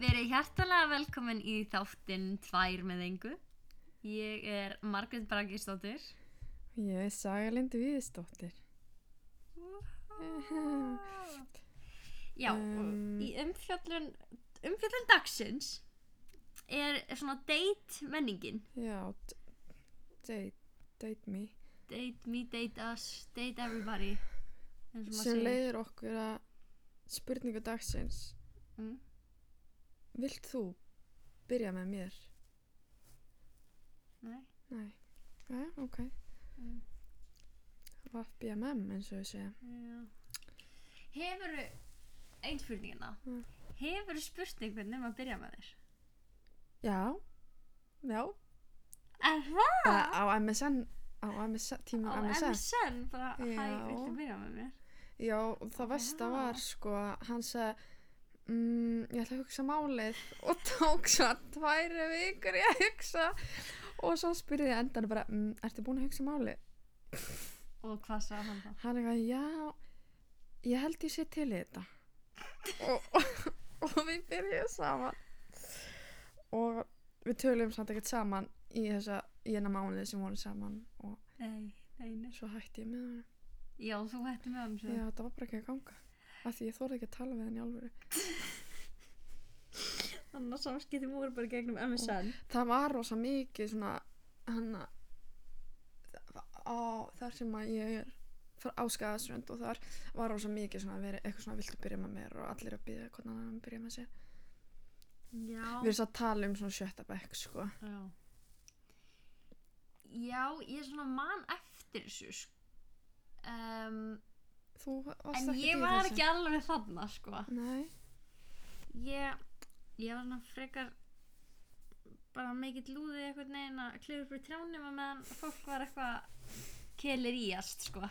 Verið hjertalega velkomin í þáttinn Tvær með engu. Ég er Margrét Bragistóttir. Ég er Saga Lindu Viðisdóttir. Já, Um. og í umfjöllun, umfjöllun dagsins er svona date menningin. Já, d- date, date me. Date me, date us, date everybody. eins og maður Sem segir. leiðir okkur að spurningu dagsins. Mm. Vilt þú byrja með mér? Nei. Nei. Jæja, ok. Mm. Vaff BMM eins og við segjum. Já. Hefurðu, einn spurningina, mm. Mm. hefurðu spurt einhvern um að byrja með þér? Já. Já. Er það? Bara á MSN, á MSN, tíma Á MSN. MSN, bara hæ, Já. viltu byrja með mér? Já, og það versta Já. var sko, hann sagði, mm, ég ætla að hugsa málið og tók svo tværi vikur ég að hugsa og svo spurði ég endan bara, mm, ertu búin að hugsa málið? Og hvað sagði hann þá? Hann eitthvað, já, ég held ég sé til í þetta og, og, og við byrjuðum saman og við töluðum samt ekkert saman í þessa, í hennar mánuði sem voru saman og Nei, nei, nei. svo hætti ég með hann. Já, þú hætti með hann svo. Já, þetta var bara ekki að ganga, af því ég þorði ekki að tala við hann í alvöru. Þannig að samskiptum voru bara gegnum MSN. það var rosa mikið svona hann á þar sem að ég er fór á skæðasrönd og þar var rosa mikið svona að vera eitthvað svona viltu byrja með mér og allir að byrja hvernig hann byrja með sér Já. við erum svo að tala um svona sjötta bekk sko Já. Já, ég er svona man eftir þessu, sko. Um, þú varst en ekki ég var ekki alveg þarna, sko. nei, Ég, ég var svona frekar bara mikill lúðið einhvern veginn að klifur upp í trjánum og meðan fólk var eitthvað kelir í allt, sko.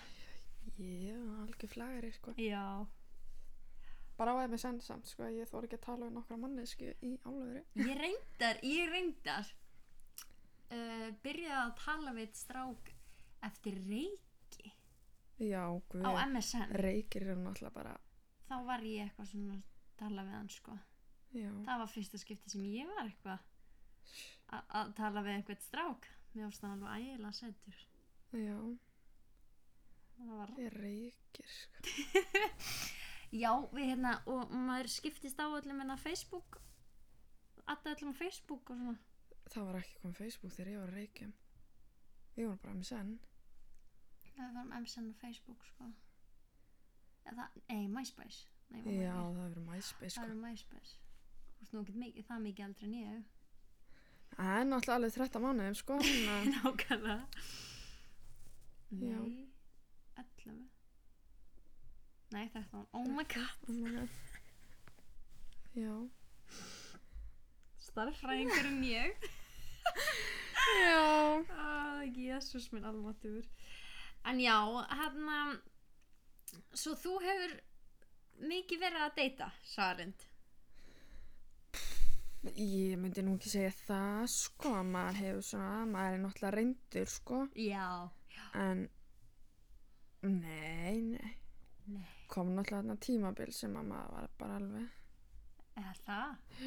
ég var algjör flagari sko Já. bara á MSN samt sko ég þóri ekki að tala um nokkra mannesku í álöfri Ég reyndar, ég reyndar uh, byrjaði að tala við einn strák eftir reiki já, á guð, MSN reykir eru náttúrulega bara þá var ég eitthvað svona að tala við hann sko já, það var fyrsta skipti sem ég var eitthvað a- að tala við einhvern strák mér ást hann alveg ægilega sendur já, það var reykir sko Já, við hérna, og maður skiptist á öllum hérna Facebook alltaf öllum á Facebook og svona það var ekki komið Facebook þegar ég var að reykjum ég var bara MSN við varum MSN og Facebook sko eða, nei, MySpace nei, var Já, MySpace. það hefur verið MySpace Það sko. eru MySpace Þú veist nú ekki mikið, það mikið aldrei en ég Það er náttúrulega alveg 13 mánuðum sko. þannig að- Nákvæmlega Já. Nei, 11 Nei, 13 Oh my god, Oh my god. Já. starffræðingur en ég Já. ah, Jésús minn almatur En já, hérna Svo þú hefur mikið verið að deyta, Sarind Ég myndi nú ekki segja það sko, maður hefur svona, maður er náttúrulega reyndur sko, Já en nei, nei. Nei. Kom náttúrulega þarna tímabil sem að maður var bara alveg Er það?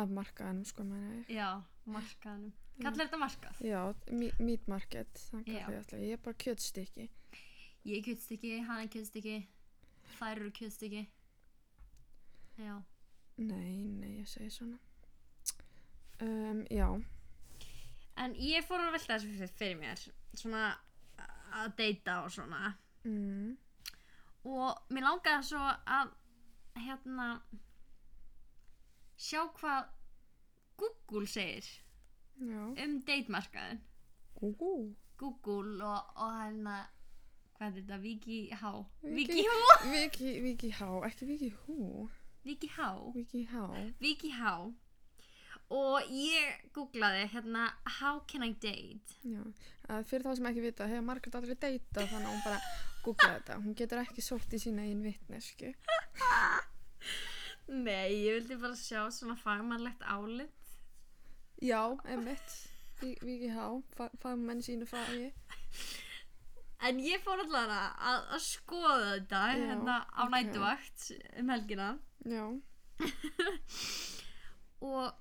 af markaðanum sko, maður Já, markaðanum Kallar þetta markað? Já, me- meat market, þannig Já. að alltaf, ég er bara kjötstykki. Ég er kjötstykki, hann er kjötstykki, þær eru kjötstykki. Já. Nei, nei, ég segi svona. Um, já. En ég fór að velta þessu fyrir- fyrir mér, svona að deyta og svona. Mm. Og mér langaði svo að, hérna, sjá hvað Google segir Já. um deytmarkaðin. Gúgú. Google og, og hérna, hvað er þetta, Viki H? Viki- Viki H? Viki, Viki Há, ekki Viki Hú, Viki H? Viki Há. Viki H. Og ég googlaði hérna, how can I date? Já. Að fyrir þá sem ekki vita, hefur Margrét aldrei deyta þannig að hún bara googlaði þetta. Hún getur ekki sótt í sína einn vitnesku. Nei, ég vildi bara sjá svona fagmannlegt álit. Já, emitt. Vi- Viki Há, fagmenn sínu fagi. En ég fór allavega að, að skoða þetta Já, hérna á ok. nætuvakt um helgina Já. og,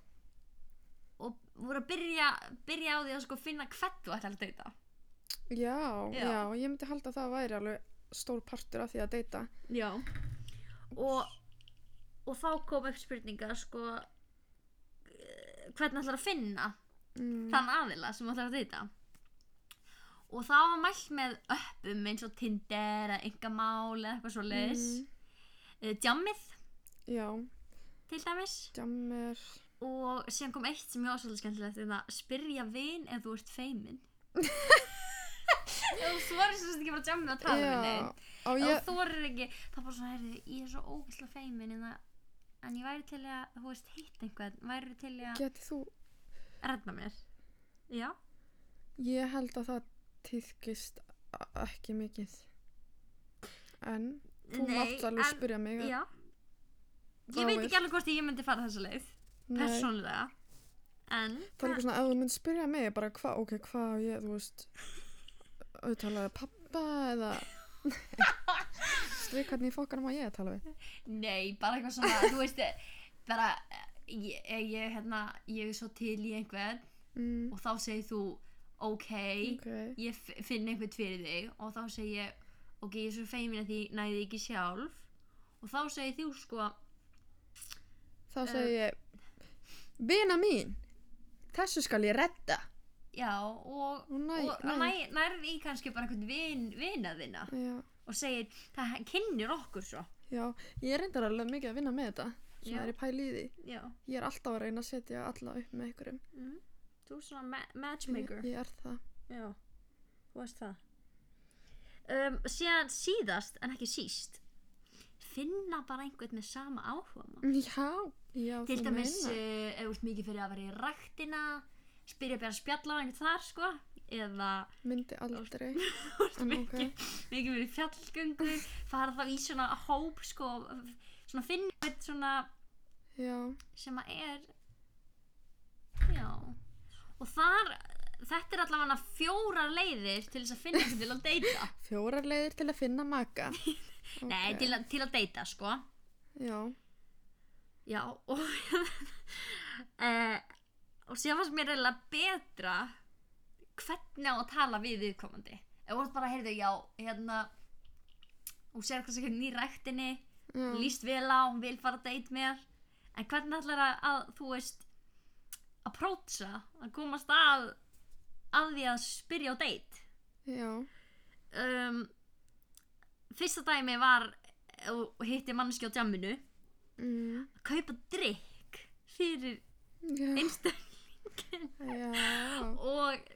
og voru að byrja, byrja á því að sko finna hvert þú ætlar að deyta Já, Já. já, ég myndi halda að það væri alveg stór partur af því að deyta. Já og, og þá kom upp spurningar sko eh, hvernig ætlar að finna Mm. þann aðila sem ætlar að deyta og það var mælt með öppum eins og Tinder eða yngamál eða eitthvað svo leis Mm. Djammið Já, til dæmis djammer. og síðan kom eitt sem ég var svolítið skemmtilegt þetta spyrja vin ef þú ert feimin ef þú svarir sem þetta ekki bara jammið að tala við Já, neinn á ef ég, þú þorir ekki þá bara svona, heyrðu, ég er svo ógæslega feimin en, það, en ég væri til að, þú veist, hitt einhvern væri til að geti þú, redda mér já, ég held að það týðkist ekki mikið. En þú mátt alveg en, spyrja mig. já Þá ég veit veist. ekki alveg hvort ég myndi fara þessa leið Nei, persónulega en Það er eitthvað svona, ef þú mynd spyrja mig, bara hvað, ok, hvað á ég, þú veist, auðvitaðlega pappa eða... Strik, hvernig í fokkanum á ég að tala við? Nei, bara eitthvað svona, þú veist, bara, ég, ég, hérna, ég er svo til í einhvern Mm, og þá segir þú, ok, ok. ég f- finn einhvern fyrir þig og þá segir ég, ok, ég er svo feimin að því næði ekki sjálf og þá segir þú, sko, Eh. þá segi ég vina mín þessu skal ég redda já, og, Og næ- og næ- næ, nærði í kannski bara einhvern vin, vina þina já, og segir, það kynnir okkur svo, já, ég er reyndar alveg mikið að vinna með þetta svona Já. er ég pæli í því já, ég er alltaf að reyna að setja alla upp með ykkurum mm. þú er svona ma ég, matchmaker. ég er það Já, þú veist það um, Síðan síðast en ekki síst finna bara einhvern með sama áhuga mál. já, já, Mm, Til Mm, þú dæmis meinar. uh, ef þú ert mikið fyrir að vera í ræktina spyrja bara að spjalla á einhvern þar sko eða myndi aldrei en ok, mikið, mikið fyrir fjallgöngu fara þá í svona hóp sko svona finn einhvern svona já, sem að er já og þar þetta er allavega fjórar leiðir til þess að finna einhvern til að deyta fjórar leiðir til að finna maka okay. Nei, til, að- til að deyta, sko. já, Já, og... uh, og síðan fannst mér reyla betra hvernig á að tala við viðkomandi. Ef þú ert bara, heyrðu, já, hérna, hún sér kannski hvernig í ræktinni, já, hún líst vel á, hún vil fara að deyta mér, en hvernig ætlar að, að þú veist, að prótsa, að komast að, að því að spyrja á deyt? já Um, fyrsta dæmi var, og hitti mannski á djamminu, mm, að kaupa drikk fyrir já, einstakling já og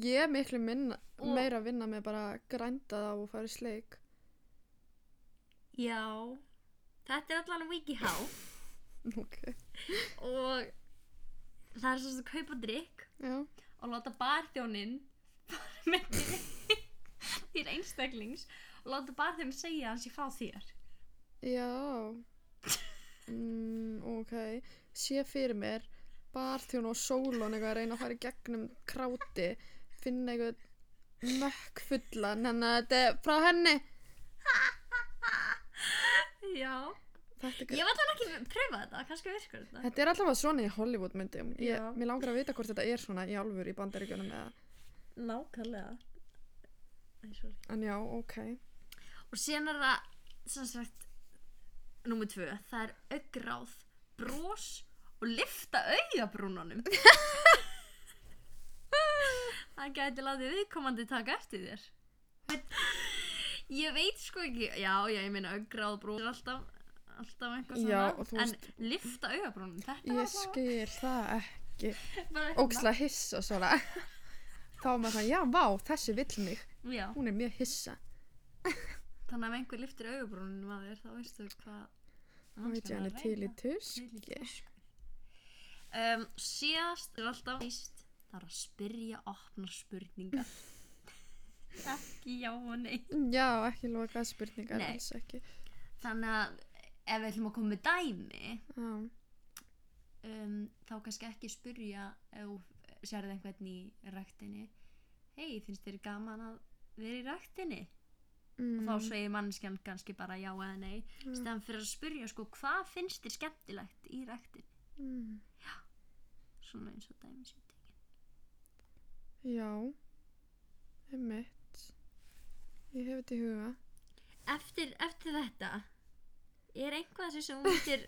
ég er miklu minna, Og- meira að vinna með bara að grænda það og fara í sleik já þetta er allan WikiHow ok, og það er svo að kaupa drikk já og láta barþjónin fara með drikk til einstaklings og láta barþjónin segja hans ég fá þér Já mm, Ok Sé fyrir mér Barþjón og Sólon eitthvað að reyna að fara í gegnum kráti finna eitthvað mökk fullan þannig að þetta er frá henni já Þetta er, ég var allan ekki að pröfa þetta kannski virkur þetta þetta er allavega svona í Hollywood myndum ég, Já. Mér langar að vita hvort þetta er svona í alvöru í bandaríkjunum eða nákvæmlega Æ, sorry. En já, ok og síðan er það sem sagt nummer tvö, það er augráð brós og lifta augabrúnunum það gæti látið viðkomandi taka eftir þér ég veit sko ekki já, já, ég meina augráð brós er alltaf alltaf eitthvað Já, svona og þú en veist- lifta augabrúnunum þetta Ég skil það ekki var bara eitthvað- Óksla hissa svona Þá er maður svona, já, vá, þessi vill mig já, Hún er mjög hissa þannig að ef einhver liftir augabrúnunum að þér þá veistu hvað Hún veit manneskjan er ég hann að er til reyna. í tuski Þvílík öskur. um, síðast er alltaf víst það er að spyrja opnar spurningar ekki já og nei Já, ekki lokaða spurningar, Nei. alls ekki. þannig að ef við ætlum að koma með dæmi Já, um, þá kannski ekki spyrja ef þú sérði einhvern í ræktinni hei, finnst þér gaman að vera í ræktinni mm, og þá segir mannskjan kannski bara já eða nei mm. Mm. stæðan fyrir að spyrja sko hvað finnst þér skemmtilegt í ræktinni Mm. Já. svona eins og dæmi sér tekið Já, einmitt. Ég hef þetta í huga. eftir, eftir þetta er einhvað þessi sem þú myndir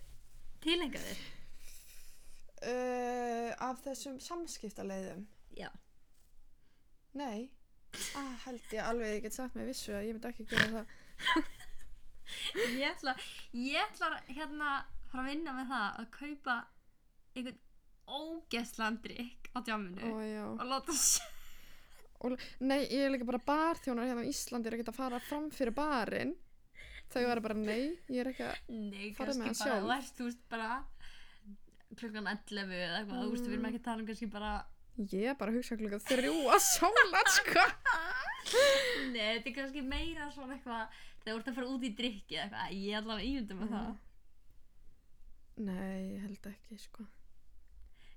tilengja þér Uh, af þessum samskiptaleiðum? já, Nei. Ah, held ég alveg að ég get sagt með vissu að ég myndi ekki gera það. ég ætla ég ætla hérna að fara að vinna með það að kaupa einhvern ógeðslan drikk á djáminu Ó, já. og láta sjá Nei, ég er líka bara barþjónar hérna á Íslandi er ekki að fara fram fyrir barinn. Þau verður bara nei, ég er ekki að... Nei, Farðu kannski bara, með það sjálf. þú ert, þú ert bara klukkan 11 eða eitthvað, þú veist, við erum ekki að tala um kannski bara Ég er bara að hugsa klukka þrjú að sóla, sko. Nei, þetta er kannski meira svona eitthvað þegar þú ert að fara út í drikki eða eitthvað, ég er allavega ímyndum með það Nei, ég held ekki, sko.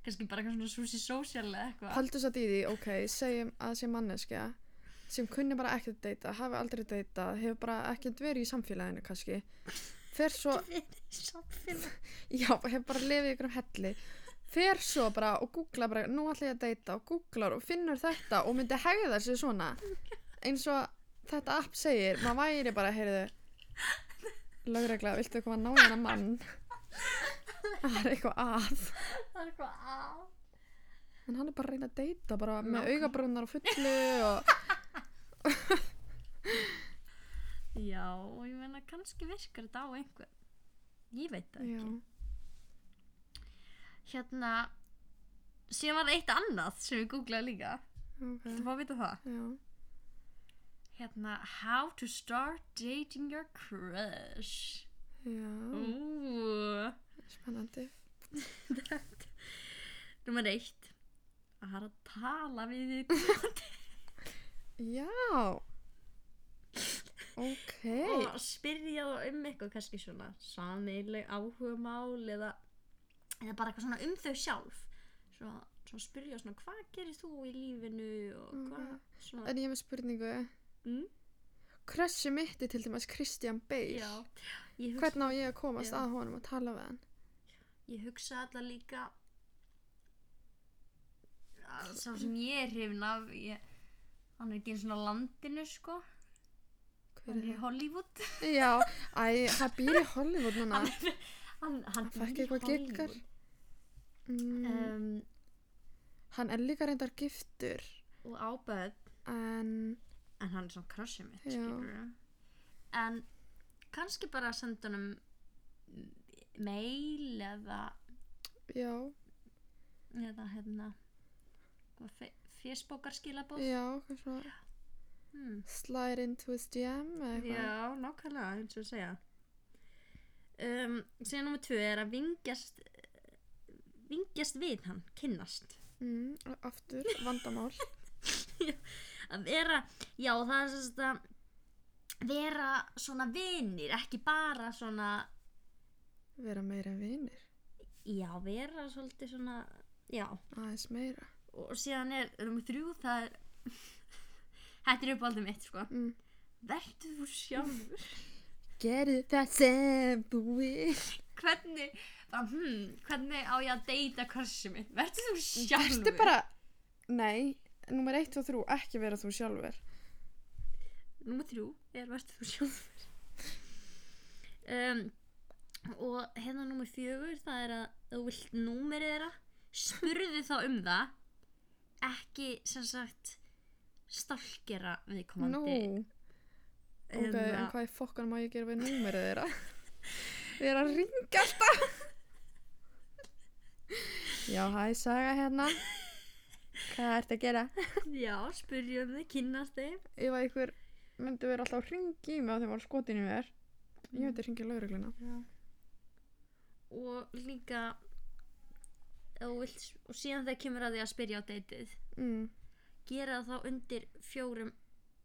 kannski bara eitthvað svona sushi social eða eitthvað Haldur satt í því, ok, segjum að sé manneskja sem kunni bara ekkert að deyta, hafi aldrei deytað, hefur bara ekkert verið í samfélaginu kannski, fer svo, Samfélag já, hefur bara lifið í einhverjum helli, fer svo bara og googlar bara, nú ætla ég að deyta og googlar og finnur þetta og myndi hegða sér svona, eins og þetta app segir, maður væri bara, heyrðu, lögregla, viltu koma að ná hérna mann? Það er eitthvað að. Það er eitthvað "Ah." að En hann er bara að reyna að deyta bara með Nákvæmlega. augabrunnar á fullu og Já, og ég meina kannski virkar þetta á einhvern Ég veit það Já. ekki Hérna, síðan var það eitt annað sem ég googlaði líka ok. Þú fá að vita það Já. Hérna, how to start dating your crush. Já. Ooh. Spennandi. Númer eitt. Að fara að tala við þig. Já. Ok. Og spyrja þú um eitthvað kannski svona sameigleg áhugamál eða, eða bara eitthvað svona um þau sjálf. Svona, svona spyrja svona hvað gerir þú í lífinu og hvað svona. Mm-hmm. En ég er með spurningu. Mm? Krössi mitt er til dæmis Christian Bale. Já. Ég hugsa, Hvernig á ég að komast Já. að honum og tala við hann? ég hugsa alltaf líka að sá sem ég er hrifin af ég, hann er ekki eins og landinu sko Hver hann er er í það? Hollywood Já. Æ, hann býr í Hollywood núna. hann, hann, hann fær ekki býr í eitthvað Hollywood. giggar? Mm, um, hann er líka reyndar giftur. og ábæð En, en hann er svona krossið mitt Já. skilurðu. en kannski bara að senda honum mail eða, já, eða hérna fésbókar skilabóð já, hvað svona... hmm. Slide into his jam eða eitthvað. Já, nákvæmlega, eins og að segja um, Síðan nummer tvö er að vingjast vingjast við hann, kynnast Mm, aftur, vandamál. að vera, já það er sérst að vera svona vinir, ekki bara svona Vera meira en vinir. já, vera svolítið svona já, Aðeins meira. og síðan er nummer þrjú, það er þetta er uppáldum mitt, sko Mm. verður þú sjálfur Gerðu það sem þú vil. hvernig, bara, hmm, hvernig á ég að deyta korsið mitt, verður þú sjálfur Ertu bara, nei, nummer 1 og 3, ekki vera þú sjálfur. Númer þrjú er verður þú sjálfur um, Og hérna númer fjögur það er að ef þú vilt númerið þeirra spurðu þá um það ekki sem sagt stalkera Nú, viðkomandi ok, en Hérna, hvað í fokkan má ég gera við númerið þeirra? Við erum að ringa alltaf. Já, hæ, Saga hérna. Hvað ertu að gera? Já, spurðu um þið, kynnast þeim Ef að ykkur myndi vera alltaf að ringi í mig á þeim var skotinu er, ég myndi að ringi laurugluna. Já. Og líka ef þú vilt, og síðan þegar kemur að því að spyrja á deytið Mm. gera það þá undir fjórum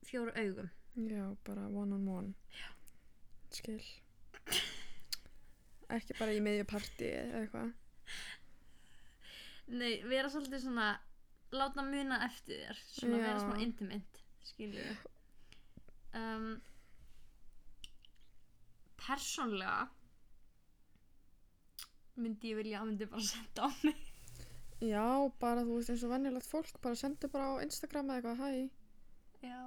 fjóru augum Já, bara one on one. Já. Skil. Ekki bara í miðju partí eða eitthvað. Nei, vera svolítið svona láta muna eftir þér svona Já. vera smá intimate skilju um, Persónlega myndi ég vilja að myndi bara senda á mig Já, bara þú veist eins og venjulegt fólk bara sendu bara á Instagram eða eitthvað, hæ Já.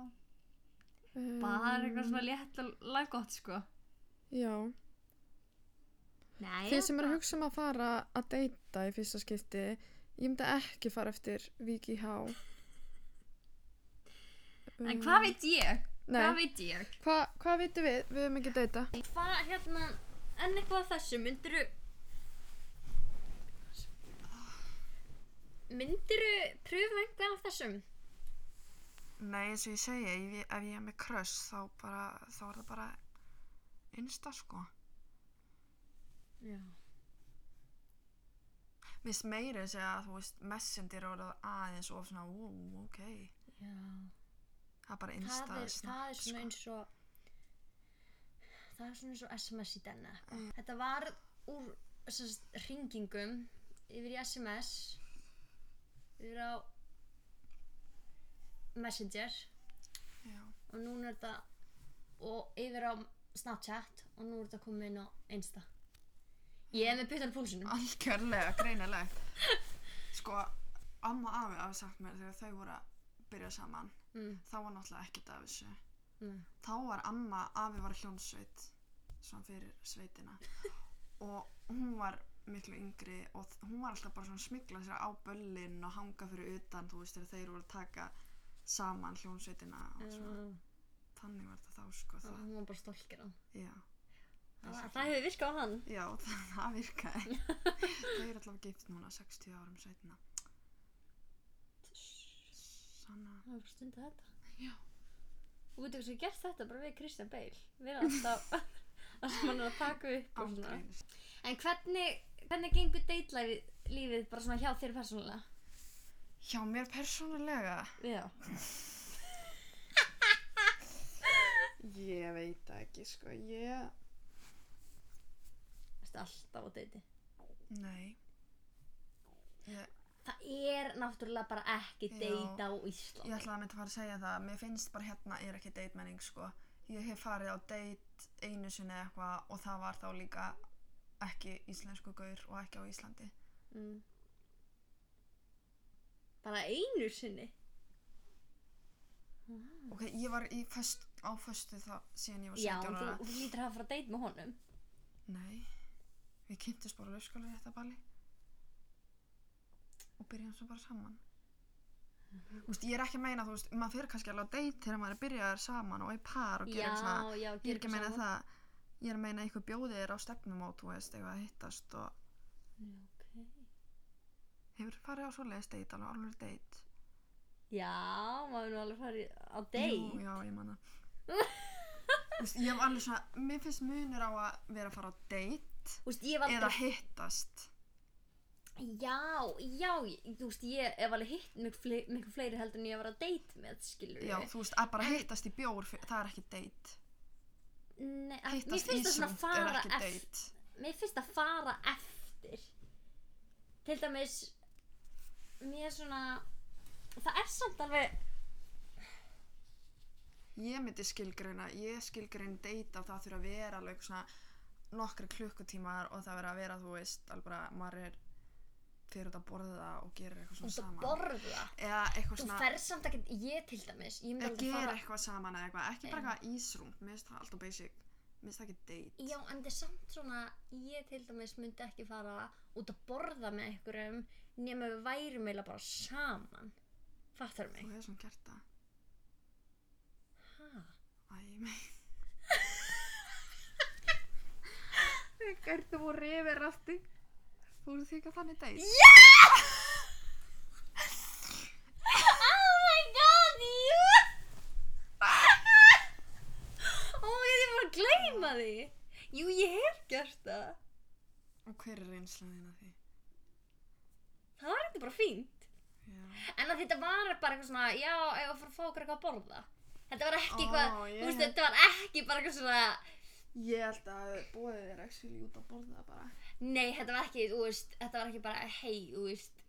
um, Bara eitthvað svona létt og laggott, sko. Já, Nei, þið sem eru að hugsa um að fara að deyta í fyrsta skipti ég myndi ekki fara eftir Viki H En hvað veit ég? Hvað Nei, veit ég? hvað, hvað vitum við? Við höfum ekki deyta Hvað, hérna, enn eitthvað af þessu, myndiru... Myndiru pröfa einhvern af þessum? Nei, eins og ég segi, ef ég, ef ég er með kröss þá, bara, þá er það bara innsta sko. Já. Mér meira að segja að þú veist, messendir er orðið aðeins og svona, ú, ok, Já. það er Það bara sko. innsta er, það er svona eins og... Það er svona eins og SMS í denna. Mm. Þetta var úr sest, ringingum yfir í SMS, yfir á Messenger. Já, og núna er þetta og yfir á Snapchat og nú er þetta komið inn á Insta ég er með byttan Ah. púlsunum algjörlega, greinilegt. Sko, amma og afi hafi sagt mér þegar þau voru að byrja saman, mm, þá var náttúrulega ekkert af þessu. mm. þá var amma, afi var í hljónsveit svona fyrir sveitina og hún var miklu yngri og þ- hún var alltaf bara svona að smikla sér á böllin og hanga fyrir utan þú veist þegar þeir voru að taka saman hljónsveitina og Ah, svona Uh, þannig var þetta þá sko það, Ah, hún var bara stolkir á já, það, það hefur virkað á hann já það, það virkaði þau eru alltaf gift núna 60 árum sveitina svona það var stundið þetta Já. og veitu hvað sem gert þetta bara við Kristján Bale við erum alltaf það sem hann er að taka upp og svona ágreifis en hvernig, hvernig gengur deitlífið lífið bara svona hjá þér persónulega hjá mér persónulega já ég veit það ekki sko ég þetta er alltaf á deiti Nei. Ég, það er náttúrulega bara ekki Já. deita á Íslandi ég ætlaði að mynda að fara að segja það. Mér finnst bara hérna er ekki deitmenning, sko. Ég hef farið á deit einu sinni eða eitthvað og það var þá líka ekki íslensku gaur og ekki á Íslandi. Mm. Bara einu sinni? Ok, ég var í föst, á föstu þá síðan ég var Mm. Já, 17 ára. þú, þú lítur að hafa fara að deyta með honum. Nei. Við kynntumst bara lögskóla í þetta balli. Og byrjum svo bara saman. Þú veist, ég er ekki að meina, þú veist, maður fyrir kannski alveg á deit þegar maður er byrjaðar saman og í par og Já, gerir svona já, Ég er ekki að meina saman. það, ég er að meina eitthvað bjóðið er á stefnum og þú veist, eitthvað að hittast og Já, ok. hefur farið á svoleiðis date, alveg alveg date. Já, maður nú alveg farið á Jú, deyt. já, ég manna. veist, ég hef alveg svona, mér finnst munur á að vera að fara á date Þú veist, ég var eða hittast. Já, já, ég- þú veist, ég hef alveg hitt miklu fle- miklu fleiri heldur en ég var að deyta með, skilur Já, þú veist, að bara hittast í bjór, fyr- það er ekki date. Nei, að- mér finnst Hittast það í svona súnd er fara ekki eftir. date. Mér finnst það fara eftir. Til dæmis, mér er svona, það er samt alveg, Ég myndi skilgreina, ég skilgreina date að það þurfa að vera alveg eitthvað svona nokkri klukkutímar og það verða að vera, þú veist, alveg bara maður er fyrir út að borða og gerir eitthvað svona þú veist, að saman. borða. eða eitthvað Þú svona ferð samt ekkert, ég til dæmis, ég myndi eða aldrei gera fara eitthvað saman eða eitthvað ekki bara Já. eitthvað ísrúm, mér finnst það alltaf basic mér finnst það ekki date Já, en það er samt svona, ég til dæmis myndi ekki fara út að borða með einhverjum nema við værum eiginlega bara saman Fattar þú mig? hefur svona gert það Ha? Æ, ég meina Þegar þú voru yfir afti þú eru þykja þannig date Oh my god, jú! oh my god, ég var að gleyma því Jú, ég hef gert það og hver er reynslan þín af því Það var þetta bara fínt já, En að þetta var bara eitthvað svona, já, ef að fara að fá okkur eitthvað að borða. Þetta var ekki Ó, eitthvað, ég þú veist, held- þetta var ekki bara eitthvað svona, ég held að bóðið er ekki út að borða bara nei, þetta var ekki, þú veist, þetta var ekki bara, hei, þú veist,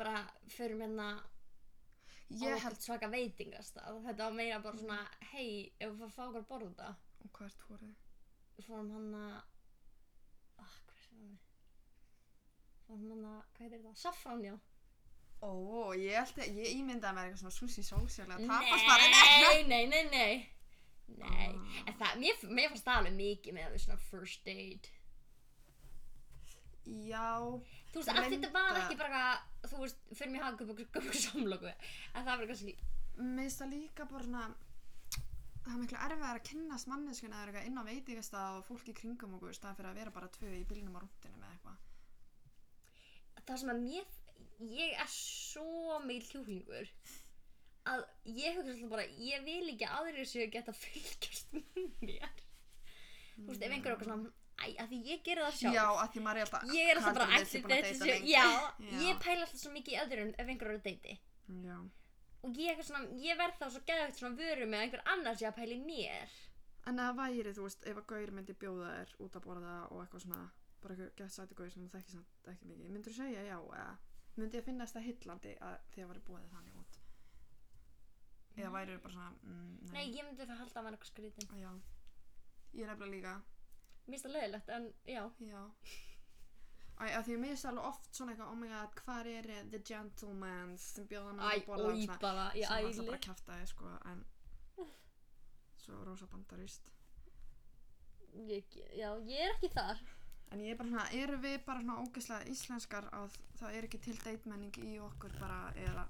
bara förum hérna á ég okkur held svaka veitingastað. Þetta var meira bara svona, hei, ef við fara að fá okkur að borða, og hvert voruð við fórum hann að, ah, hvað er það? var hún hann að, hvað heitir þetta, saffrán já Ó, ég, held, að- ég ímyndaði mér eitthvað svona sushi sósjálega tapas bara nei, nei, nei, nei nei, Ah. en það, mér, mér fannst það alveg mikið með við svona first date Já, þú veist, af því þetta var Linda. ekki bara eitthvað, þú veist, fyrir mér hafði gömur gömur samloku en það var kannski, mér finnst það líka bara svona það er miklu erfiðar að kynnast manneskuna eða eitthvað inn á veitingastað og fólki í kringum okkur í staðan fyrir að vera bara tvö í bílnum á rúntinu með eitthvað það sem að mér ég er svo mikið hljúklingur að ég hugsa alltaf bara ég vil ekki að aðrir séu að geta fylgjast með mér þú veist, ef einhver er okkar svona æ, af því ég gera það sjálf Já, að því maður er alltaf ég er alltaf bara Katrín, ætli þessi búin að betri deyta séu lengi. já, Já. ég pæla alltaf svo mikið í öðrum ef einhver eru að deyti Já, og ég, eitthvað svona, ég verð þá svo geðvægt svona vöru með að einhver annar sé að pæla í mér en það væri, þú veist, ef að gaur myndi bjóða þér út að borða og eitthvað svona bara eitthvað gett sæti gaur sem þú þekkir samt ekki mikið myndur þú segja já, eða myndi ég finnast það hillandi að því að væri búið þannig út eða væri bara svona mm, nei, ég myndi fyrir að halda að vera eitthvað skrítin Já, ég er nefnilega líka mér finnst það leiðilegt, en já Já Æ, að því ég mist alveg oft svona eitthvað, oh my god, hvar er eh, the gentleman sem bjóða hann æ, að borða og og í svona, bara, ég sem alltaf æli bara kæfta þig, sko, en svo rosa bandarist ég, já, ég er ekki þar En ég er bara svona, erum við bara svona ógeðslega íslenskar að það er ekki til deitmenning í okkur bara, eða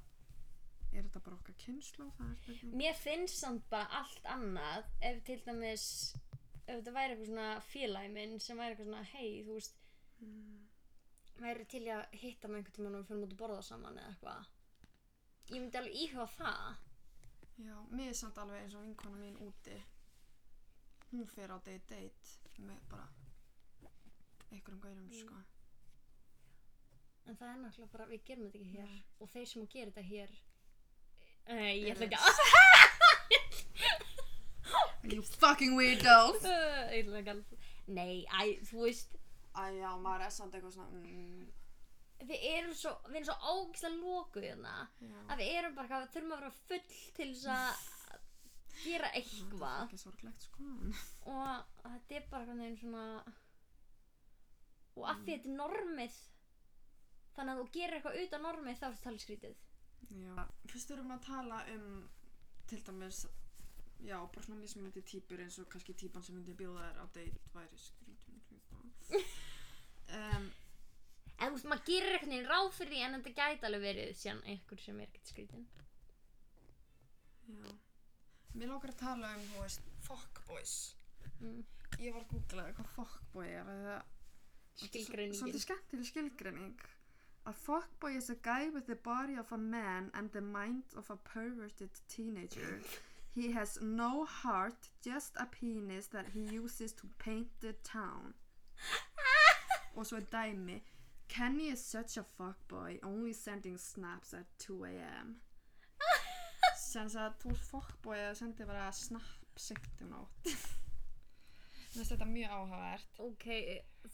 er þetta bara okkar kynslu, það er spurning mér finnst samt bara allt annað ef til dæmis ef þetta væri eitthvað svona félagi minn sem væri eitthvað svona, hei, þú veist Mm. væri til í að hitta með einhvern tímann og fyrir mútu borða saman eða eitthvað ég myndi alveg íhuga það Já, mér er samt alveg eins og vinkona mín úti hún fer á date date með bara einhverjum gaurum, Mm. sko en það er náttúrulega bara, við gerum þetta ekki hér Nei. og þeir sem að gera þetta hér nei, ég ætla Eru- ekki að You fucking weirdo ég ætla ekki að nei, æ, þú veist Æjá, maður er samt eitthvað svona mm, við erum svo, við erum svo ágæslega lokuð hérna, Já, að við erum bara eitthvað, við þurfum að vera full til þess að gera það er eitthvað ekki sorglegt sko og þetta er bara einhvern veginn svona og af því þetta er normið þannig að þú gerir eitthvað utan normið þá er þetta talið skrítið Já, fyrst erum við að tala um til dæmis já, bara svona mismunandi típur eins og kannski típan sem myndi bjóða þær á date væri skrítum um, eða þú veist, maður gerir einhvern veginn ráð fyrir því en þetta gæti alveg verið síðan einhver sem er ekkert skrítin Já Mér lókar að tala um, þú veist, fuckboys mm. Ég var að googla hvað fuckboy er af því að skilgreiningin Svolítið skemmtileg skilgreining. A fuckboy is a guy with the body of a man and the mind of a perverted teenager. He has no heart, just a penis that he uses to paint the town. Og svo er dæmi. Kenny is such a fuckboy, only sending snaps at 2 a.m. Sens að þú ert fuckboy eða sendir bara snap sent um nótt. Mér finnst þetta mjög áhugavert. ok,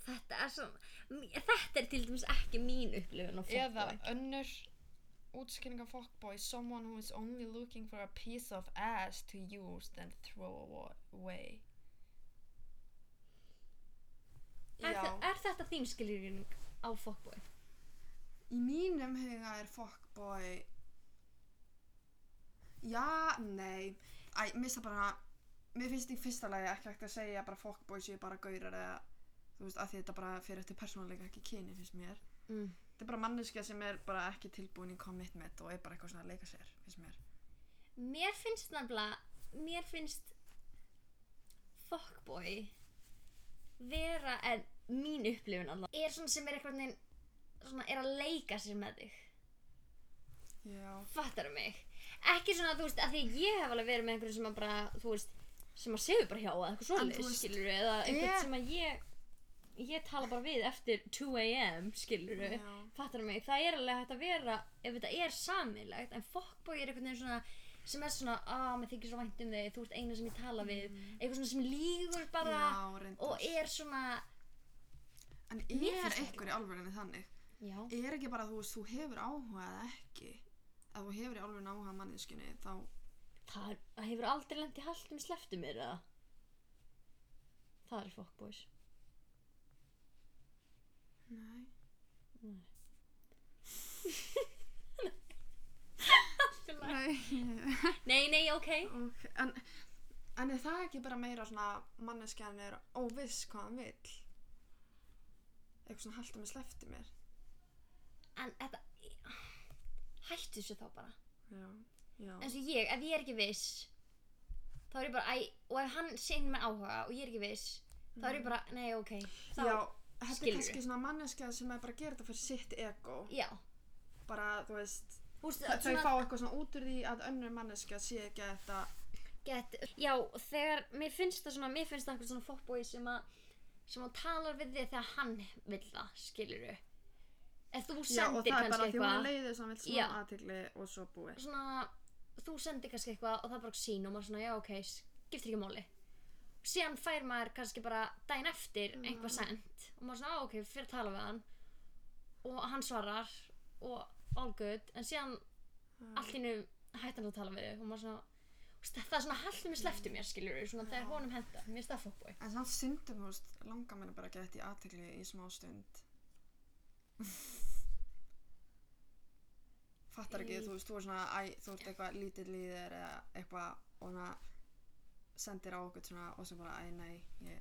þetta er svo m- þetta er til dæmis ekki mín upplifun á eða fólkbói önnur útskýring af fuckboy someone who is only looking for a piece of ass to use and throw away er, þe- er þetta þín skilgreining á fólkbói? e- í mínum huga er fuckboy já, nei æ, mér finnst það bara mér finnst í fyrsta lagi ekki hægt að segja bara fuckboy séu bara gaurar eða þú veist, af því þetta bara fyrir eftir persónuleika ekki kyni finnst mér Mm. þetta er bara manneskja sem er bara ekki tilbúin í commitment og er bara eitthvað svona að leika sér finnst mér mér finnst nefnilega mér finnst fólkbói vera en mín upplifun allavega er svona sem er eitthvað neginn svona er að leika sér með þig já, fattar mig ekki svona, þú veist, að því að ég hef alveg verið með einhverjum sem að bara, þú veist sem að segja bara hjá eða eitthvað En þú svoleiðis, veist, skilur eða einhvern ég- sem að ég ég tala bara við eftir 2am, skilur við fattar mig, það er alveg hægt að vera ef þetta er samilegt, en fokkbói er einhvern veginn svona sem er svona, að mér þykir svo vænt um þig, þú ert eina sem ég tala við eitthvað svona sem lígur bara Mm. já, reyndar og er svona En Mér finnst er það einhver í alvörinu þannig? já, Er ekki bara þú veist, þú hefur áhuga eða ekki? Ef þú hefur í alvörinu áhuga manninskunni, þá... það er- það hefur aldrei lent í haldum sleftu mér eða það er fokkbóis Nei. Nei, Nei, nei, ok ok. En, en er það ekki bara meira svona að manneskjan er óviss hvað hann vill? Eitthvað svona halda með slefti mér. En þetta Hættu þessu þá bara Já, já. eins og ég, ef ég er ekki viss þá er ég bara, æ, og ef hann sinn með áhuga og ég er ekki viss þá er ég bara, nei, ok þá, já, þetta er skilurðu. kannski svona manneskja sem er bara að gera þetta fyrir sitt ego. já. Bara, þú veist, Úst, þau fá eitthvað svona út úr því að önnur manneskja sé ekki að þetta... get, já, þegar mér finnst það svona, mér finnst það eitthvað svona fótbói sem að sem að talar við þig þegar hann vil það, skilur ef þú Já, og sendir það er bara kannski því hún eitthvað leiðir sem vill Já. smá aðtigli og svo búið. svona, þú sendir kannski eitthvað og það er bara sín og maður svona, já, ok skiptir ekki máli síðan fær maður kannski bara daginn eftir eitthvað sent og maður svona, "Á, ok, fyrir að tala við hann og hann svarar og all good, en síðan Mm. allt í nú hættar hann að tala við þig og maður svona, þú veist, það er svona haldið mér sleftu mér, skilur við, svona þegar honum henda mér finnst það fótbói En samt syndum, þú veist, langar mér bara að geta þetta í aðtigli í smá stund. Fattar ekki, Í- þú veist, þú er svona, æ, þú ert eitthvað lítill í þér eða eitthvað og hana sendir á okkur svona og sem bara, æ, nei, ég,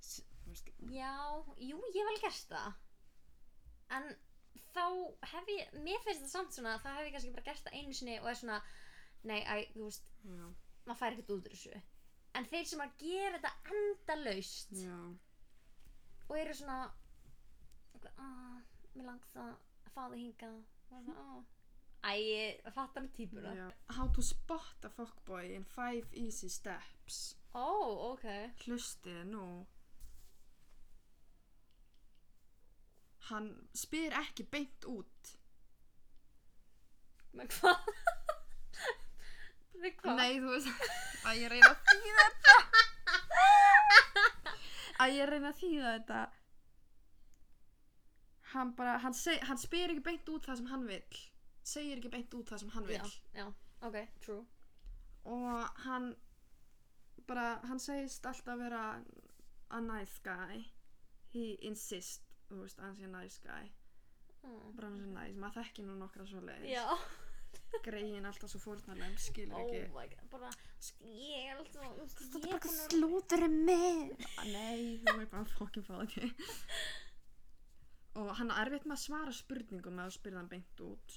s- þú veist, já, jú, ég hef alveg gert það en þá hef ég, mér finnst það samt svona þá hef ég kannski bara gert það einu sinni og er svona nei, æ, þú veist, já, maður fær ekkert út úr þessu en þeir sem að gera þetta endalaust já, og eru svona eitthvað, að, mér langt það að fá það hingað og maður svona, að Æ, ég fattar með típuna já. How to spot a fuckboy in five easy steps. Ó, ok Hlustið nú. Hann spyr ekki beint út. Með hvað? Með hvað? Nei, þú veist að ég reyna að þýða þetta að ég reyna að þýða þetta hann bara hann, seg, hann spyr ekki beint út það sem hann vill segir ekki beint út það sem hann vill Já, já, ok, true og hann bara, hann segist alltaf vera a nice guy he insists þú veist, hann sé nice guy mm. bara hann sé nice, maður þekki nú nokkra svo Já, leiðis greiðin alltaf svo fórnarlegum, skilur oh ekki my god, bara sk- ég er alltaf Þetta er bara eitthvað slútur um mig. Nei, þú er bara fokkin fáð ekki. Og hann er erfitt með að svara spurningum með að spyrja hann beint út.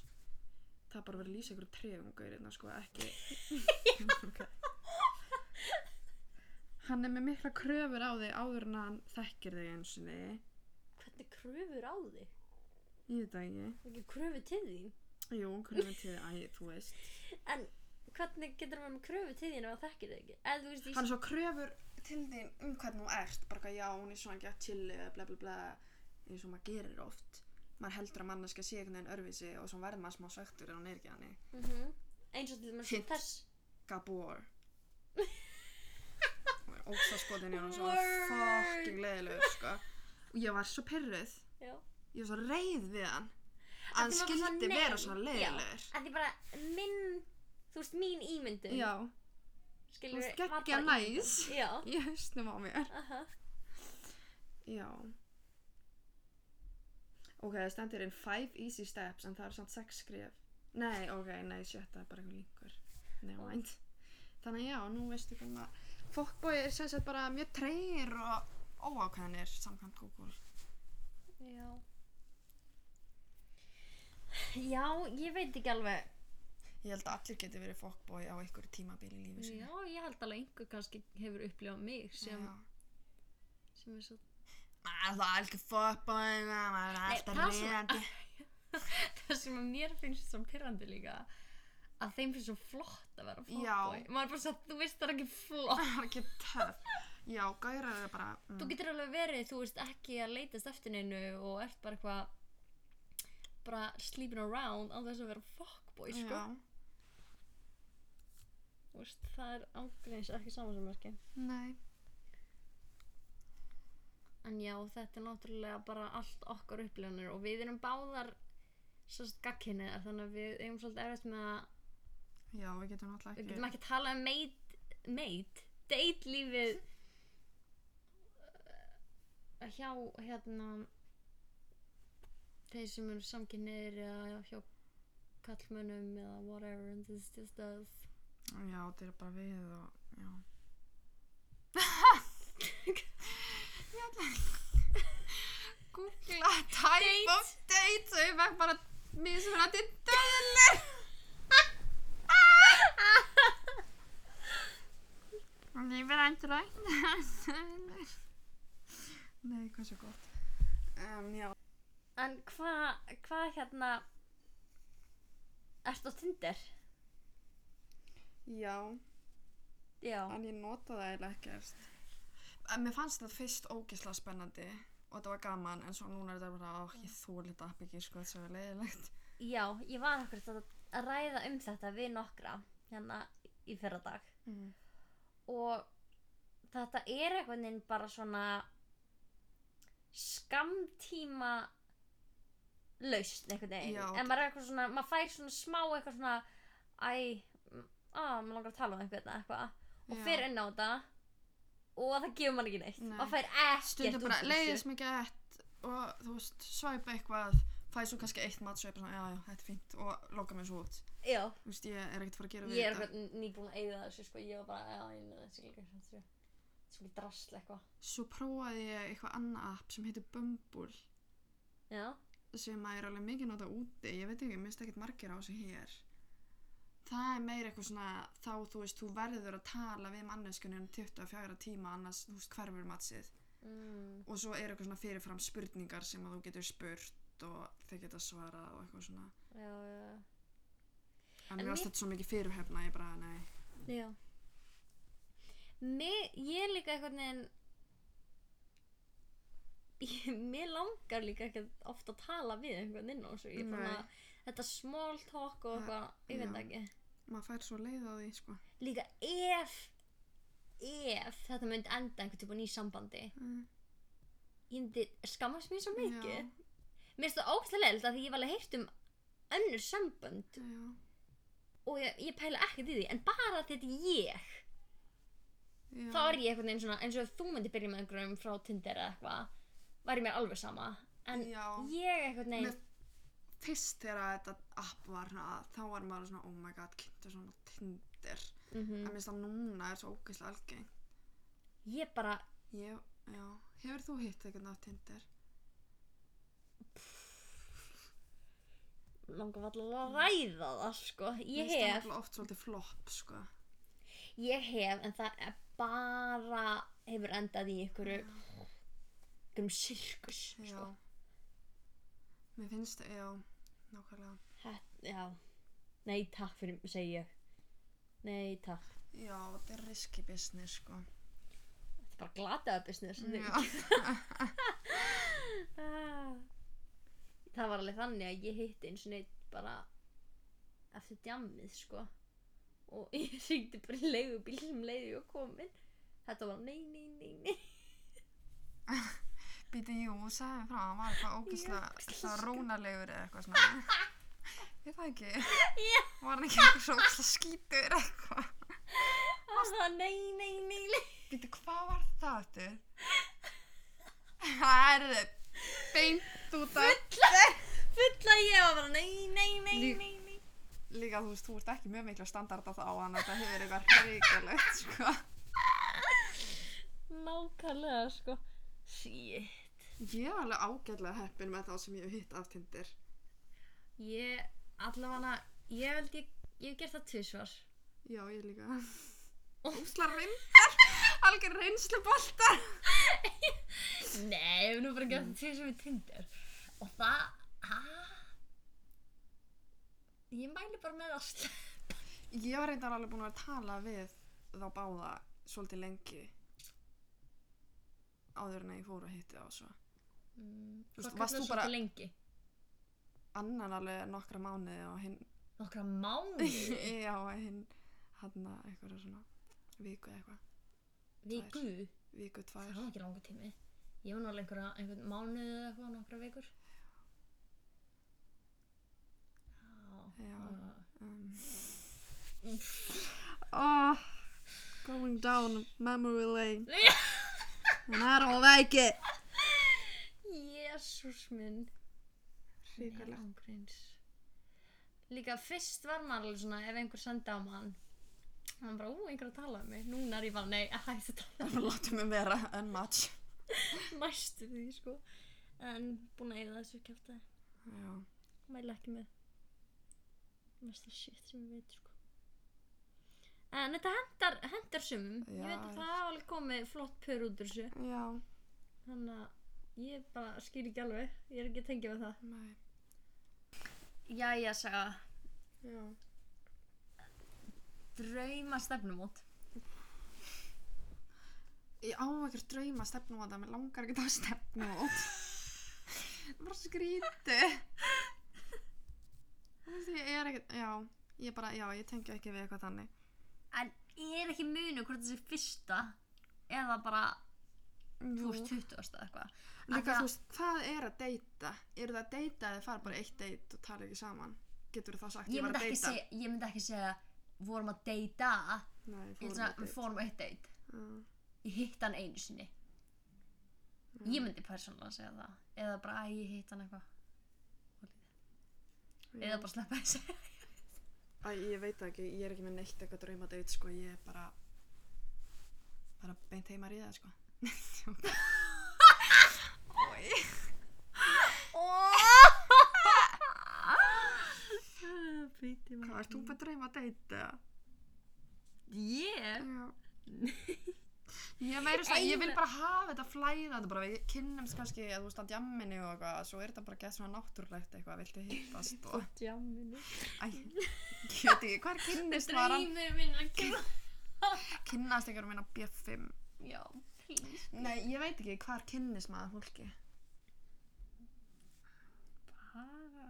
Það er bara verið að lýsa ykkur trefumgauðir en það sko ekki. Ok. Hann er með mikla kröfur á þig áður en hann þekkir þig eins og niður. Hvernig kröfur á þig? Ég veit það ekki. Hvernig kröfur til þín? Jú, kröfur til þig, æ, þú veist. En hvernig getur maður með kröfu til þín ef það þekkir þig ekki? Eða þú veist, ég hann er svo kröfur til þín um hvernig þú ert bara eitthvað já, hún er svona ekki að chilli bla bla bla, eins og maður gerir oft maður heldur að manneska sé einhvern veginn örfisi og svo verður maður smá svektur en hún er ekki hann mm -hmm. eins og til dæmis Hint. þess Gabor ógstaskotin í hún svo Word. fucking leiðilegur sko. og ég var svo pyrruð já. ég var svo reið við hann að Af hann því maður var skildi svona, vera nei, svona já. leiðilegur að því bara minn þú veist mín ímyndun já, þú skilur veist geggja næs já í hausnum á mér Aha. Já Ok, það stendur inn 5 easy steps en það er samt 6 skrif Nei, ok, nei, shit, það er bara einhver linkur Nei, Ó. mind Þannig að já, nú veistu hvernig að Fokkbói er sem sagt bara mjög treyir og óákveðanir samkvæmt Google já já ég veit ekki alveg Ég held að allir geti verið fokkbói á einhverju tímabili í lífi já sinni ég held alveg einhver kannski hefur upplifað mig sem, sem er svo Maður Ah, það er algjör fokkbói, maður er Nei, alltaf það sem- leiðandi það sem að mér finnst svo pyrrandi líka að þeim finnst svo flott að vera Já. fótbói maður er bara svo þú veist það er ekki flott Það er ekki töf Já, gæra er bara þú mm, getur alveg verið, þú veist ekki að leitast eftir neinu og ert bara eitthvað bara sleeping around á þess að vera fuckboy sko Já, Þú veist, það er ángreins ekki saman sem verki nei en já, þetta er náttúrulega bara allt okkar upplifanir og við erum báðar svo gagkinniðar þannig að við eigum svolítið erfitt með að Já, við getum alltaf við ekki getum ekki að tala um meit, meit date lífið eh, hjá hérna þeir sem eru samkynniðir eða hjá kallmönnum eða whatever and this is just us Já, þetta er bara við og já. ég ætla Googla type Date. of date og ég fekk bara mismunandi döðlir. Ég verði endur rætt. Nei, hvað svo gott. Um, já. en hvað hva hérna ertu á Tinder? Já, já, en ég nota það eiginlega ekkert. En mér fannst þetta fyrst ógislega spennandi og þetta var gaman en svo núna er þetta bara, ó, ég þúli þetta app ekki, sko, þetta er svo leiðilegt. já, ég var akkur að að ræða um þetta við nokkra hérna í fyrradag Mm. og þetta er einhvern veginn bara svona skamtíma laust einhvern veginn Já. en maður er eitthvað svona, maður fær svona smá eitthvað svona æ, m- á, maður langar að tala um einhvern veginn eitthvað og Já. fer inn á þetta og það gefur maður ekki neitt Nei. maður fær ekkert stundum út bara úr leiðist þessu. mikið ett og þú veist, svæpa eitthvað fæði svo kannski eitt matsvæpa svona, já, já, þetta er fínt og loka mér svo út já, þú veist, ég er ekkert fara að gera ég er þetta eitthvað nýbúin að eyða þessu sko, ég var bara, já, ég með þessu líka þetta er svo mikið drasl eitthvað svo prófaði ég eitthvað annað app sem heitir Bumble já, sem að er alveg mikið nota úti ég veit ekki, mér finnst ekkert margir á þessu hér það er meira eitthvað svona þá þú veist, þú verður að tala við manneskunni um 24 tíma annars, þú veist, hverfur matsið mm, og svo eru eitthvað svona fyrirfram spurningar sem að þú getur spurt og þeir geta svarað og eitthvað svona já, já, já En En mér varst mér- þetta svo mikið fyrirhefna, ég bara, nei. Já mér, Ég líka einhvern veginn Ég- Mér langar líka ekki ofta að tala við einhvern inn á þessu Ég fann Nei. að þetta small talk og Það- eitthvað, ég veit já. það ekki Maður fær svo leið á því, sko. Líka ef, ef þetta myndi enda einhvern típa ný sambandi Mm, Ég myndi skammast mér svo mikið Já. Mér finnst það ógæslega leild að því ég var alveg heyrt um önnur sambönd já, og ég, ég pæla ekkert í því en bara að þetta er ég já. þá er ég einhvern veginn svona eins og ef þú myndir byrja með einhverjum frá Tinder eða eitthvað væri mér alveg sama en Já. ég einhvern veginn Mér- Fyrst þegar þetta app var að þá var maður svona, oh my god, kynntur svona tindir. En mhm, mér finnst það núna er svo ógeðslega algeng. ég bara Ég, já, hefur þú hitt eitthvað af tindir? langar alltaf að ræða það sko Mér ég finnst það hef, nefnilega oft svolítið flop, sko. ég hef en það er bara hefur endað í einhverju einhverjum sirkus Já. sko. Mér finnst það, já, nákvæmlega. Hett- já, nei takk fyrir segi ég nei takk Já, þetta er risky business, sko. þetta er bara glataða business Mm, þetta er- Ah. Það var alveg þannig að ég hitti eins og neitt bara eftir djammið sko og ég syngdi bara í leigubíl um leiði og komin þetta var nei, nei, nei, nei Býti, jú, sagði mér frá, hann var eitthvað ógeðslega ógeðslega svona skrítin. rónalegur eða eitthvað svona. Ég það ekki. Já. Var hann ekki eitthvað svo ógeðslega skítur eitthvað. það var nei, nei, nei, nei Býti, hvað var það aftur? Það er beint út af. fulla, fulla ég var bara nei, nei, nei, Lí- nei, nei Líka þú veist, þú ert ekki mjög mikla standarda þá, þannig að það hefur eitthvað hrigalegt, sko. nákvæmlega sko shit Ég er alveg ágætlega heppin með þá sem ég hef hitt af tindir. ég, allavega, ég held ég ég hef gert það tvisvar Já, ég líka. Ósla reyndar, algjör reynsluboltar. Nei, ég hef nú bara Mm. gert það til sem við Tinder Og það ah, Ég mæli bara með að sleppa Ég var reyndar alveg búin að vera að tala við þá báða svolítið lengi áður en að ég fór að hitti þá svo Hvað Varst- kallar varst það Mm. þú bara... bara- lengi? annan alveg nokkra mánuði og hinn Nokkra mánuði já, hinn hann að eitthvað svona viku eða eitthvað Viku viku Það er tvær nú ekki langa tími Ég var nú alveg einhverja, einhvern mánuði eða eitthvað nokkra vikur Já, Já. já. um. oh, going down memory lane and I don't like it Jésús minn Nei, ríkalegt. án gríns. Líka fyrst var maður alveg svona ef einhver sendi á mann hann bara, ú, einhver að tala um mig núna er ég bara, nei, hætti að tala um Láttu mig vera en match. mig næstu því, sko en búin að eða þessu kjáta Já. mæla ekki með mesta shit sem ég veit, sko en þetta hendar, hendar sumum ég Já, veit að það hafa alveg komið flott pör út úr þessu Já, þannig að ég bara skil ekki alveg ég er ekki að tengja með það nei. Jæja, saga, Já. drauma stefnumót Ég á ekkert drauma stefnum á það, mér langar ekki að stefnum á það. Bara skríti. Þú veist, ég er ekkert, já, ég bara, já, ég tengja ekki við eitthvað þannig. En ég er ekki munu hvort þessi fyrsta eða bara þú veist 20 eða eitthvað. Af því Líka, að- þú veist, hvað er að deyta? Eru það að deyta eða fara bara eitt deyt og tala ekki saman? Getur það sagt, Ég var myndi að ekki, deyta? seg, ég myndi ekki segja vorum að deyta, Nei, ég fórum myndi að að við deyta. fórum á eitt deyt. Mm. Ég hitt hann einu sinni. Ég myndi persónulega segja það. Eða bara að ég hitt hann eitthvað. Eða bara sleppa þessi. Æ, ég veit það ekki, ég er ekki með neitt eitthvað drauma deit, sko, ég er bara bara beint heima að ríða, sko Ói Býti Hvað, ert þú bara drauma deit, eða? Ég? Já Ég meiri svona, ég vil bara hafa þetta flæðandi bara, við kynnumst kannski að þú veist að jamminni og eitthvað, svo er þetta bara gett svona náttúrulegt eitthvað, viltu hittast og Djamminu. Æ, ég veit ekki, hvað er kynnist var hann? Dreymir minn að gera. Kynnast einhverjum minna B5 Já, please. Nei, ég veit ekki, hvað er kynnist maður fólki? Bara.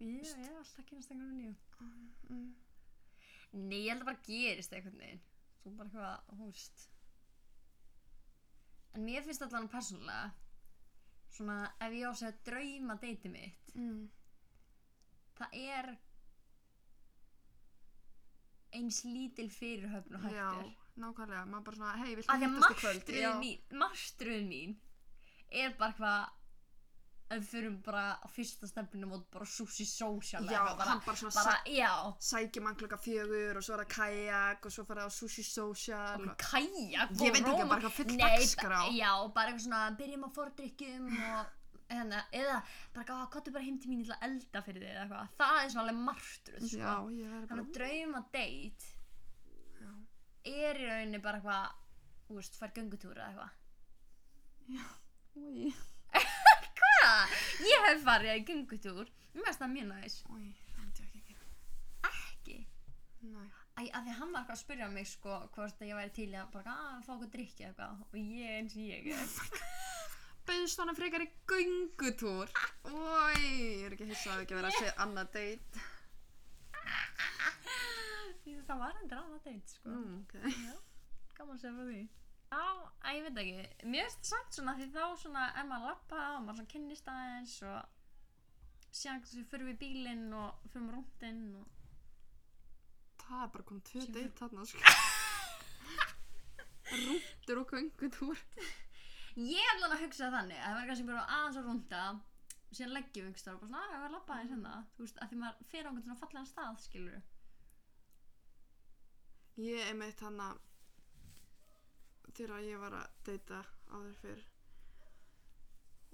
Ég ég er alltaf að kynast einhverjum nýjum. Mm. Nei, ég held að bara gerist einhvern veginn. Svo bara eitthvað, þú veist. En mér finnst allan persónulega, svona ef ég á að segja drauma deiti mitt, Mm. það er eins lítil fyrirhöfn og Já, hættur. nákvæmlega, maður bara svona, hei, viltu Af því að hittast í kvöld? martruð mín, martruð mín er bara eitthvað, ef við förum bara á fyrsta stefninu mót bara sushi social Já, eitthvað, hann bara svona bara, bara... já, sækir mann klokka fjögur og svo er það kajak og svo farið á sushi social og... kæja Ég veit ekki, bara eitthvað full dagskrá. já, bara eitthvað svona, byrjum að fordrykkjum og hérna, eða bara gáða, kottu bara heim til mín til að elda fyrir þig eða eitthvað, það er svona alveg martruð sko. Já, ég verður þannig að bara drauma date Já. er í rauninni bara eitthvað þú veist, fær göngutúra eða eitthvað Új, Hvað? ég hef farið í göngutúr mér finnst það mjög næs új, það myndi ég ekki ekki ekki Næ, Æ, að því hann var eitthvað að spyrja mig sko hvort að ég væri til í að bara að fá okkur drikki eitthvað og ég eins og ég er Bauðst honum frekar í göngutúr Új, ég er ekki hissað að ekki vera að segja annað deit það var endur annað date sko mm, okay. Já, gaman að segja frá því Já, að ég veit ekki Mér finnst það samt svona því þá svona ef maður lappa og maður svona kynnist aðeins og síðan kannski fyrir við bílinn og fyrir við rúndinn og Það er bara komið tvö Sem- deit þarna sko. Rúttur og göngutúr Ég er alveg að hugsa þannig að það verður kannski bara aðeins að rúnda síðan leggjum við yngstar og bara svona að ég var að lappa aðeins hérna þú veist, að því maður fer á einhvern svona fallegan stað skilur Ég er meitt hann að þegar ég var að deyta áður fyrr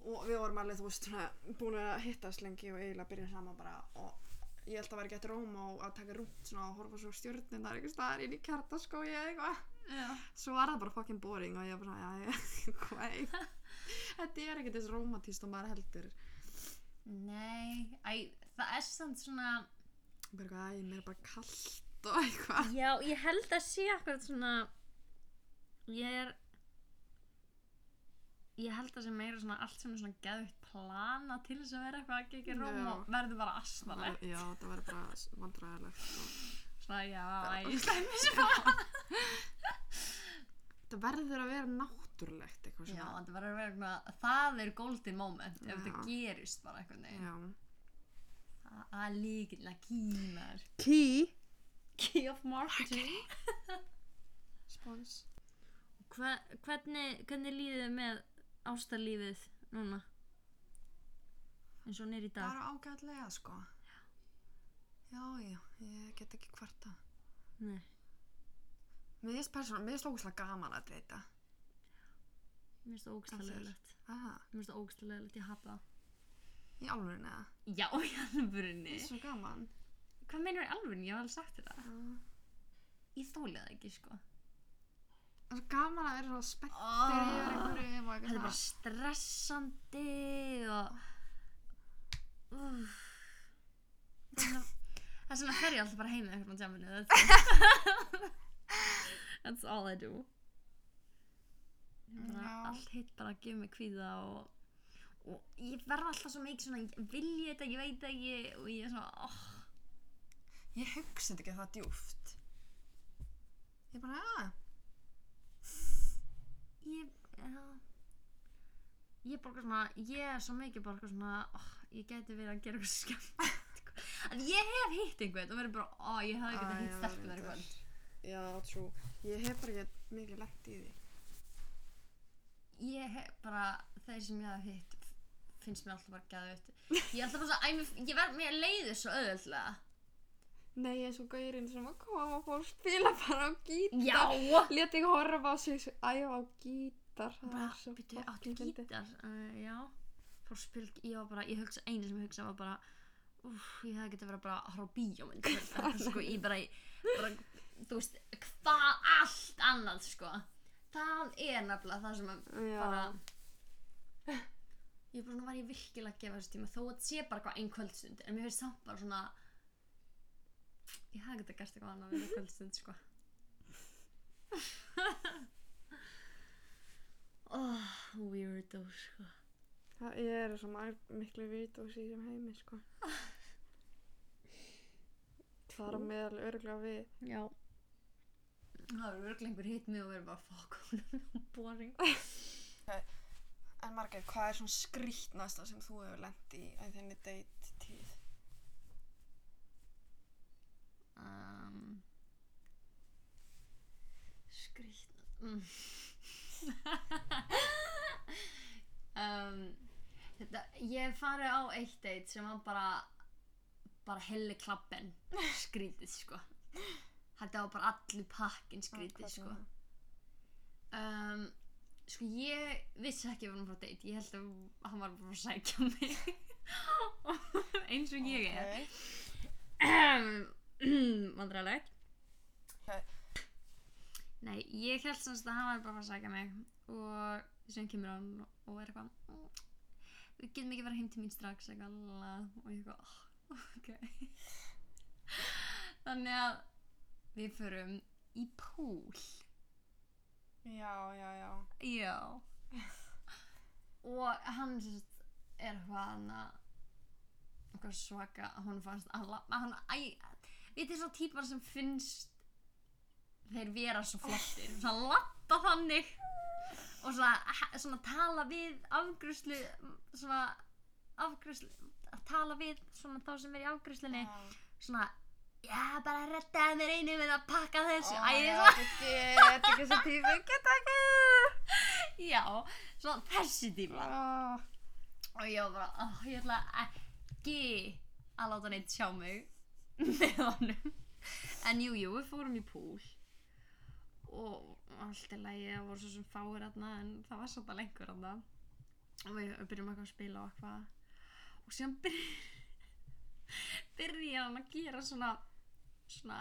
og við vorum alveg þú veist svona búin að hittast lengi og eiginlega byrja saman bara og ég held að vera gett róm á að taka rúmt svona og horfa svo stjórnirnar einhvers staðar inn í kjartaskói eða eitthvað Já, svo var það bara fucking boring og ég bara svona, já, ég, hvað þetta er ekkert eins rómatíst og maður heldur Nei, æ, það er samt svona bara eitthvað, æ, mér er bara kallt og eitthvað Já, ég held að sé akkurat svona Ég er Ég held að sé meira svona allt sem er svona geðvitt plana til þess að vera eitthvað að gegja róm Já. og verður bara asnalegt já, það var bara vandræðilegt og Svona, já, Já. æ, ég slæmi svo Já, Það verður að vera náttúrulegt eitthvað svona. þetta verður að vera eitthvað Það er golden moment ef Já. þetta gerist bara eitthvað neginn Já. Það það er líkilega kýmar Key. Key of marketing Spons. Hva, hvernig, hvernig líðið með ástarlífið núna? eins og hún er í dag bara ágætlega sko já, já, ég get ekki hvarta Nei. mér finnst persónum, mér finnst ógæslega gaman að þetta mér finnst það Allir. ógstlega leitt ah, mér finnst það ógstlega leitt, ég hata það í alveg neða já, í alvörunni þetta er svo gaman hvað meinar í alvörunni, ég hef alveg sagt þetta ah. ég þólið það ekki sko það er svo gaman að vera svo spenntir yfir Ah. einhverju þetta og er eitthvað bara stressandi og Úff. það er svona það er svona fer ég alltaf bara heim með einhvern á jamminu that's, that's all I do Ég bara, Já. allt hitt bara að gefa mig kvíða og, og ég verð alltaf svo mikið svona ég vilja þetta, ég veit ekki og ég er svona oh, ég hugsa þetta ekki það djúft ég bara, "Ah." já, ég, já ég er bara eitthvað svona ég er svo mikið bara eitthvað svona oh, ég geti verið að gera eitthvað skemmt sko. að ég hef hitt einhvern og verið bara, ó, ég hef ekki Æ, hitt já, stelpun reyndar. eitthvað já, trú ég hef bara ekki mikið lett í því ég hef bara, þeir sem ég hef hitt f- finnst mér alltaf bara gæðið ég er alltaf bara svona, æ, mér- ég verð mér leiðið svo öðvöldlega Nei, eins og gaurinn sem að koma og fór að spila bara á gítar. já, Lét ekki horfa á sig sem æfa á gítar. Það bara, var svo byrju, áttu fucking fyndið. gítar uh, já, fór spil ég var bara, ég hugsa, einu sem ég hugsa var bara uff, ég hefði getið verið bara að horfa á bíómynd kvöld, þetta, sko, ég bara, bara þú veist, hvað allt annað, sko það er nefnilega það sem að Já. bara ég er bara svona var ég virkilega að gefa þessu tíma þó að þetta sé bara eitthvað einn kvöldstund en mér finnst samt bara svona ég hefði getið gert eitthvað annað við eina kvöldstund, sko oh, weirdo, sko Það eru svo marg, miklu vít og síðan heimi, sko. Það er á meðal örgulega við. Já Það verður örglega einhver hitt mig og verður bara fokk hún boring En Margeir, hvað er svona skrítnasta sem þú hefur lent í að þinni deitt tíð? um, Skrýtna mm. um, Þetta, ég hef farið á eitt date sem var bara bara helli klabben skrítið sko Þetta var bara allir pakkin skrítið sko um, Sko ég vissi ekki að við varum frá date Ég held að hann var bara að sækja mig eins og ég er vandræðileg Ok. Nei, ég held semst að hann var bara að fara að sækja mig og sem kemur hann og er eitthvað "Mm, við getum ekki verið heim til mín strax eitthvað, la, og ég eitthvað "Oh, ok þannig að við förum í púl Já, já, já. Já Og hann sem sagt, er hvaðna okkar svaka hún fannst að la- hann, æ, við þið svo típar sem finnst þeir vera svo flottir svona latta þannig og svona, ha- svona tala við afgrúslu svona afgrúslu að tala við svona þá sem er í afgrúslunni svona já bara rettaði mér einu með að pakka þessu æ, ég er svona Þetta er ekki svo tífi, geta ekki. já, svona þessi típa Ah. og ég var bara, oh, ég ætla ekki að láta neitt sjá mig með honum en jú, jú, við fórum í púl og allt er lægi það voru svo sem fáir aðna en það var svolítið lengur aðna og við byrjum eitthvað að spila og eitthvað og síðan byrjum byrjar hann að gera svona svona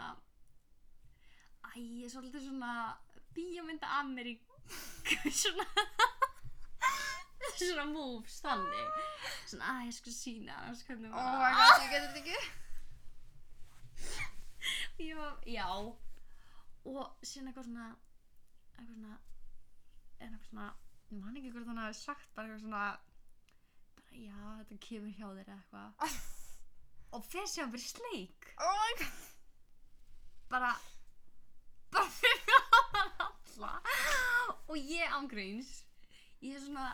æ, svolítið svona bíómynda Amerík svona svona moves þannig svona að ég sko sína hans hvernig Oh my god, ég get þetta ekki. Ég var, já og síðan eitthvað svona eitthvað svona en eitthvað svona, ég man ekki hvort hann hafi sagt bara eitthvað svona bara já, þetta kemur hjá þér eða eitthvað og fyrir sem fyrir sleik Oh my god. bara bara fyrir ofan alla og ég ángreins ég er svona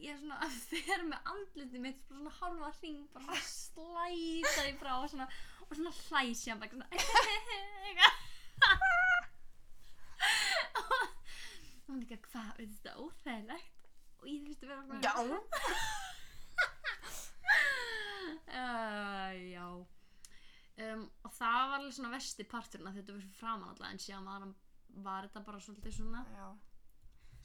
ég er svona að fer með andlitið mitt bara svona hálfa hring bara svona slæta því frá og svona, og svona hlæsja bara svona og hún líka hvað, veitir þetta óþægilegt og ég þurfti að vera bara- Já. Eh, um, og það var alveg svona vesti parturinn að þetta var fyrir framan alltaf en síðan var, var þetta bara svolítið svona já.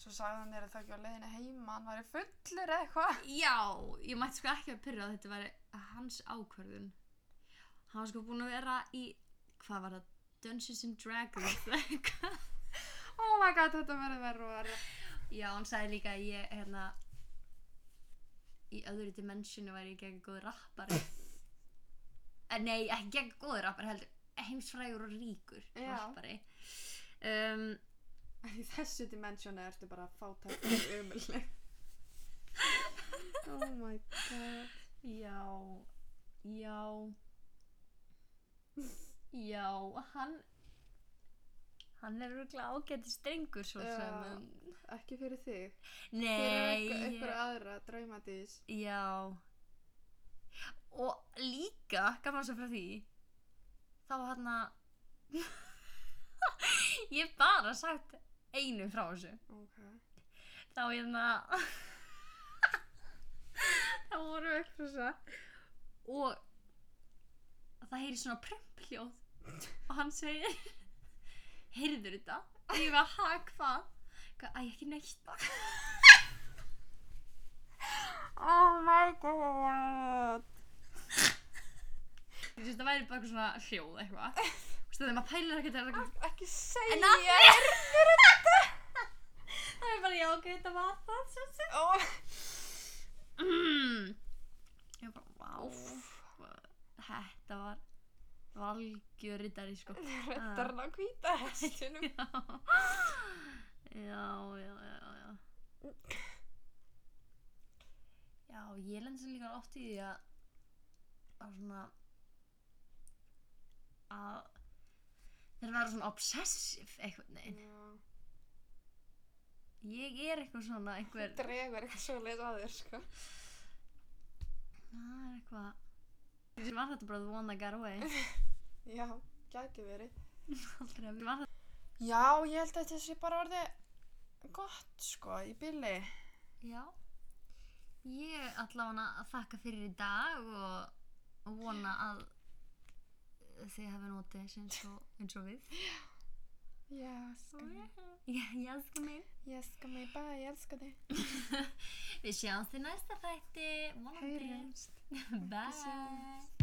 Svo sagði hann þér að það ekki var leiðinu heima, hann væri fullur eða eitthvað. Já, ég mætti sko ekki að pyrra að þetta væri hans ákvörðun. Hann var sko búinn að vera í, hvað var það, Dungeons and Dragons eða eitthvað. Oh my god, þetta verður verður og verður. Já, hann sagði líka að ég, hérna, í öðru dimensjunu væri ég gegn góð rappari. Eh, Nei, ekki gegn góð rappari heldur, heimsfrægur og ríkur Já. rappari. Um, En í þessu dimensjónu ertu bara fátækt og umulleg. Oh my god. já, já, já, hann, hann er rúglega ágæti strengur svo Já. sem. en- Ekki fyrir þig. Fyrir Nei, einhver, einhver aðra draumadís. já Og líka, gaman svo frá því Þá var hann að Ég hef bara sagt einu frá þessu Ok. Þá hérna Þá vorum við eitthvað svo Og það heyri svona prumpljóð Og hann segir Heyrður þetta? Og ég var ha, hvað? Hvað, Æ, ekki neitt Oh my god. Ég syns það væri bara eitthvað svona hljóð eitthvað. Þú veist þegar maður pælir ekkert er það Ekki segja. En af hverju er þetta? Það er bara já, ok, þetta var það sem sem. Oh. Mm. Ég var bara, vá. Þetta var valgjöriðari sko. Röddar hann á hvíta hestinum. Já. Já, já, já, já. Já, ég lenni sem líka oft í því að að svona að þeir vera svona obsessiv einhvern veginn. Ég er eitthvað svona einhver það Dregur eitthvað svo leið að þér, sko. er eitthvað Mér var þetta bara the one that got away Já, gæti verið. Aldrei að mér var þetta Já, ég held að þetta sé bara orðið gott sko í bíli. Já Ég allavega að þakka fyrir í dag og og vona að þið hafi notið þessu eins og, eins og við Ég elska mig. Ég, ég elska mig Ég elska mig bara, ég elska þig. Við sjáumst í næsta þætti vonandi Heyrumst. Bye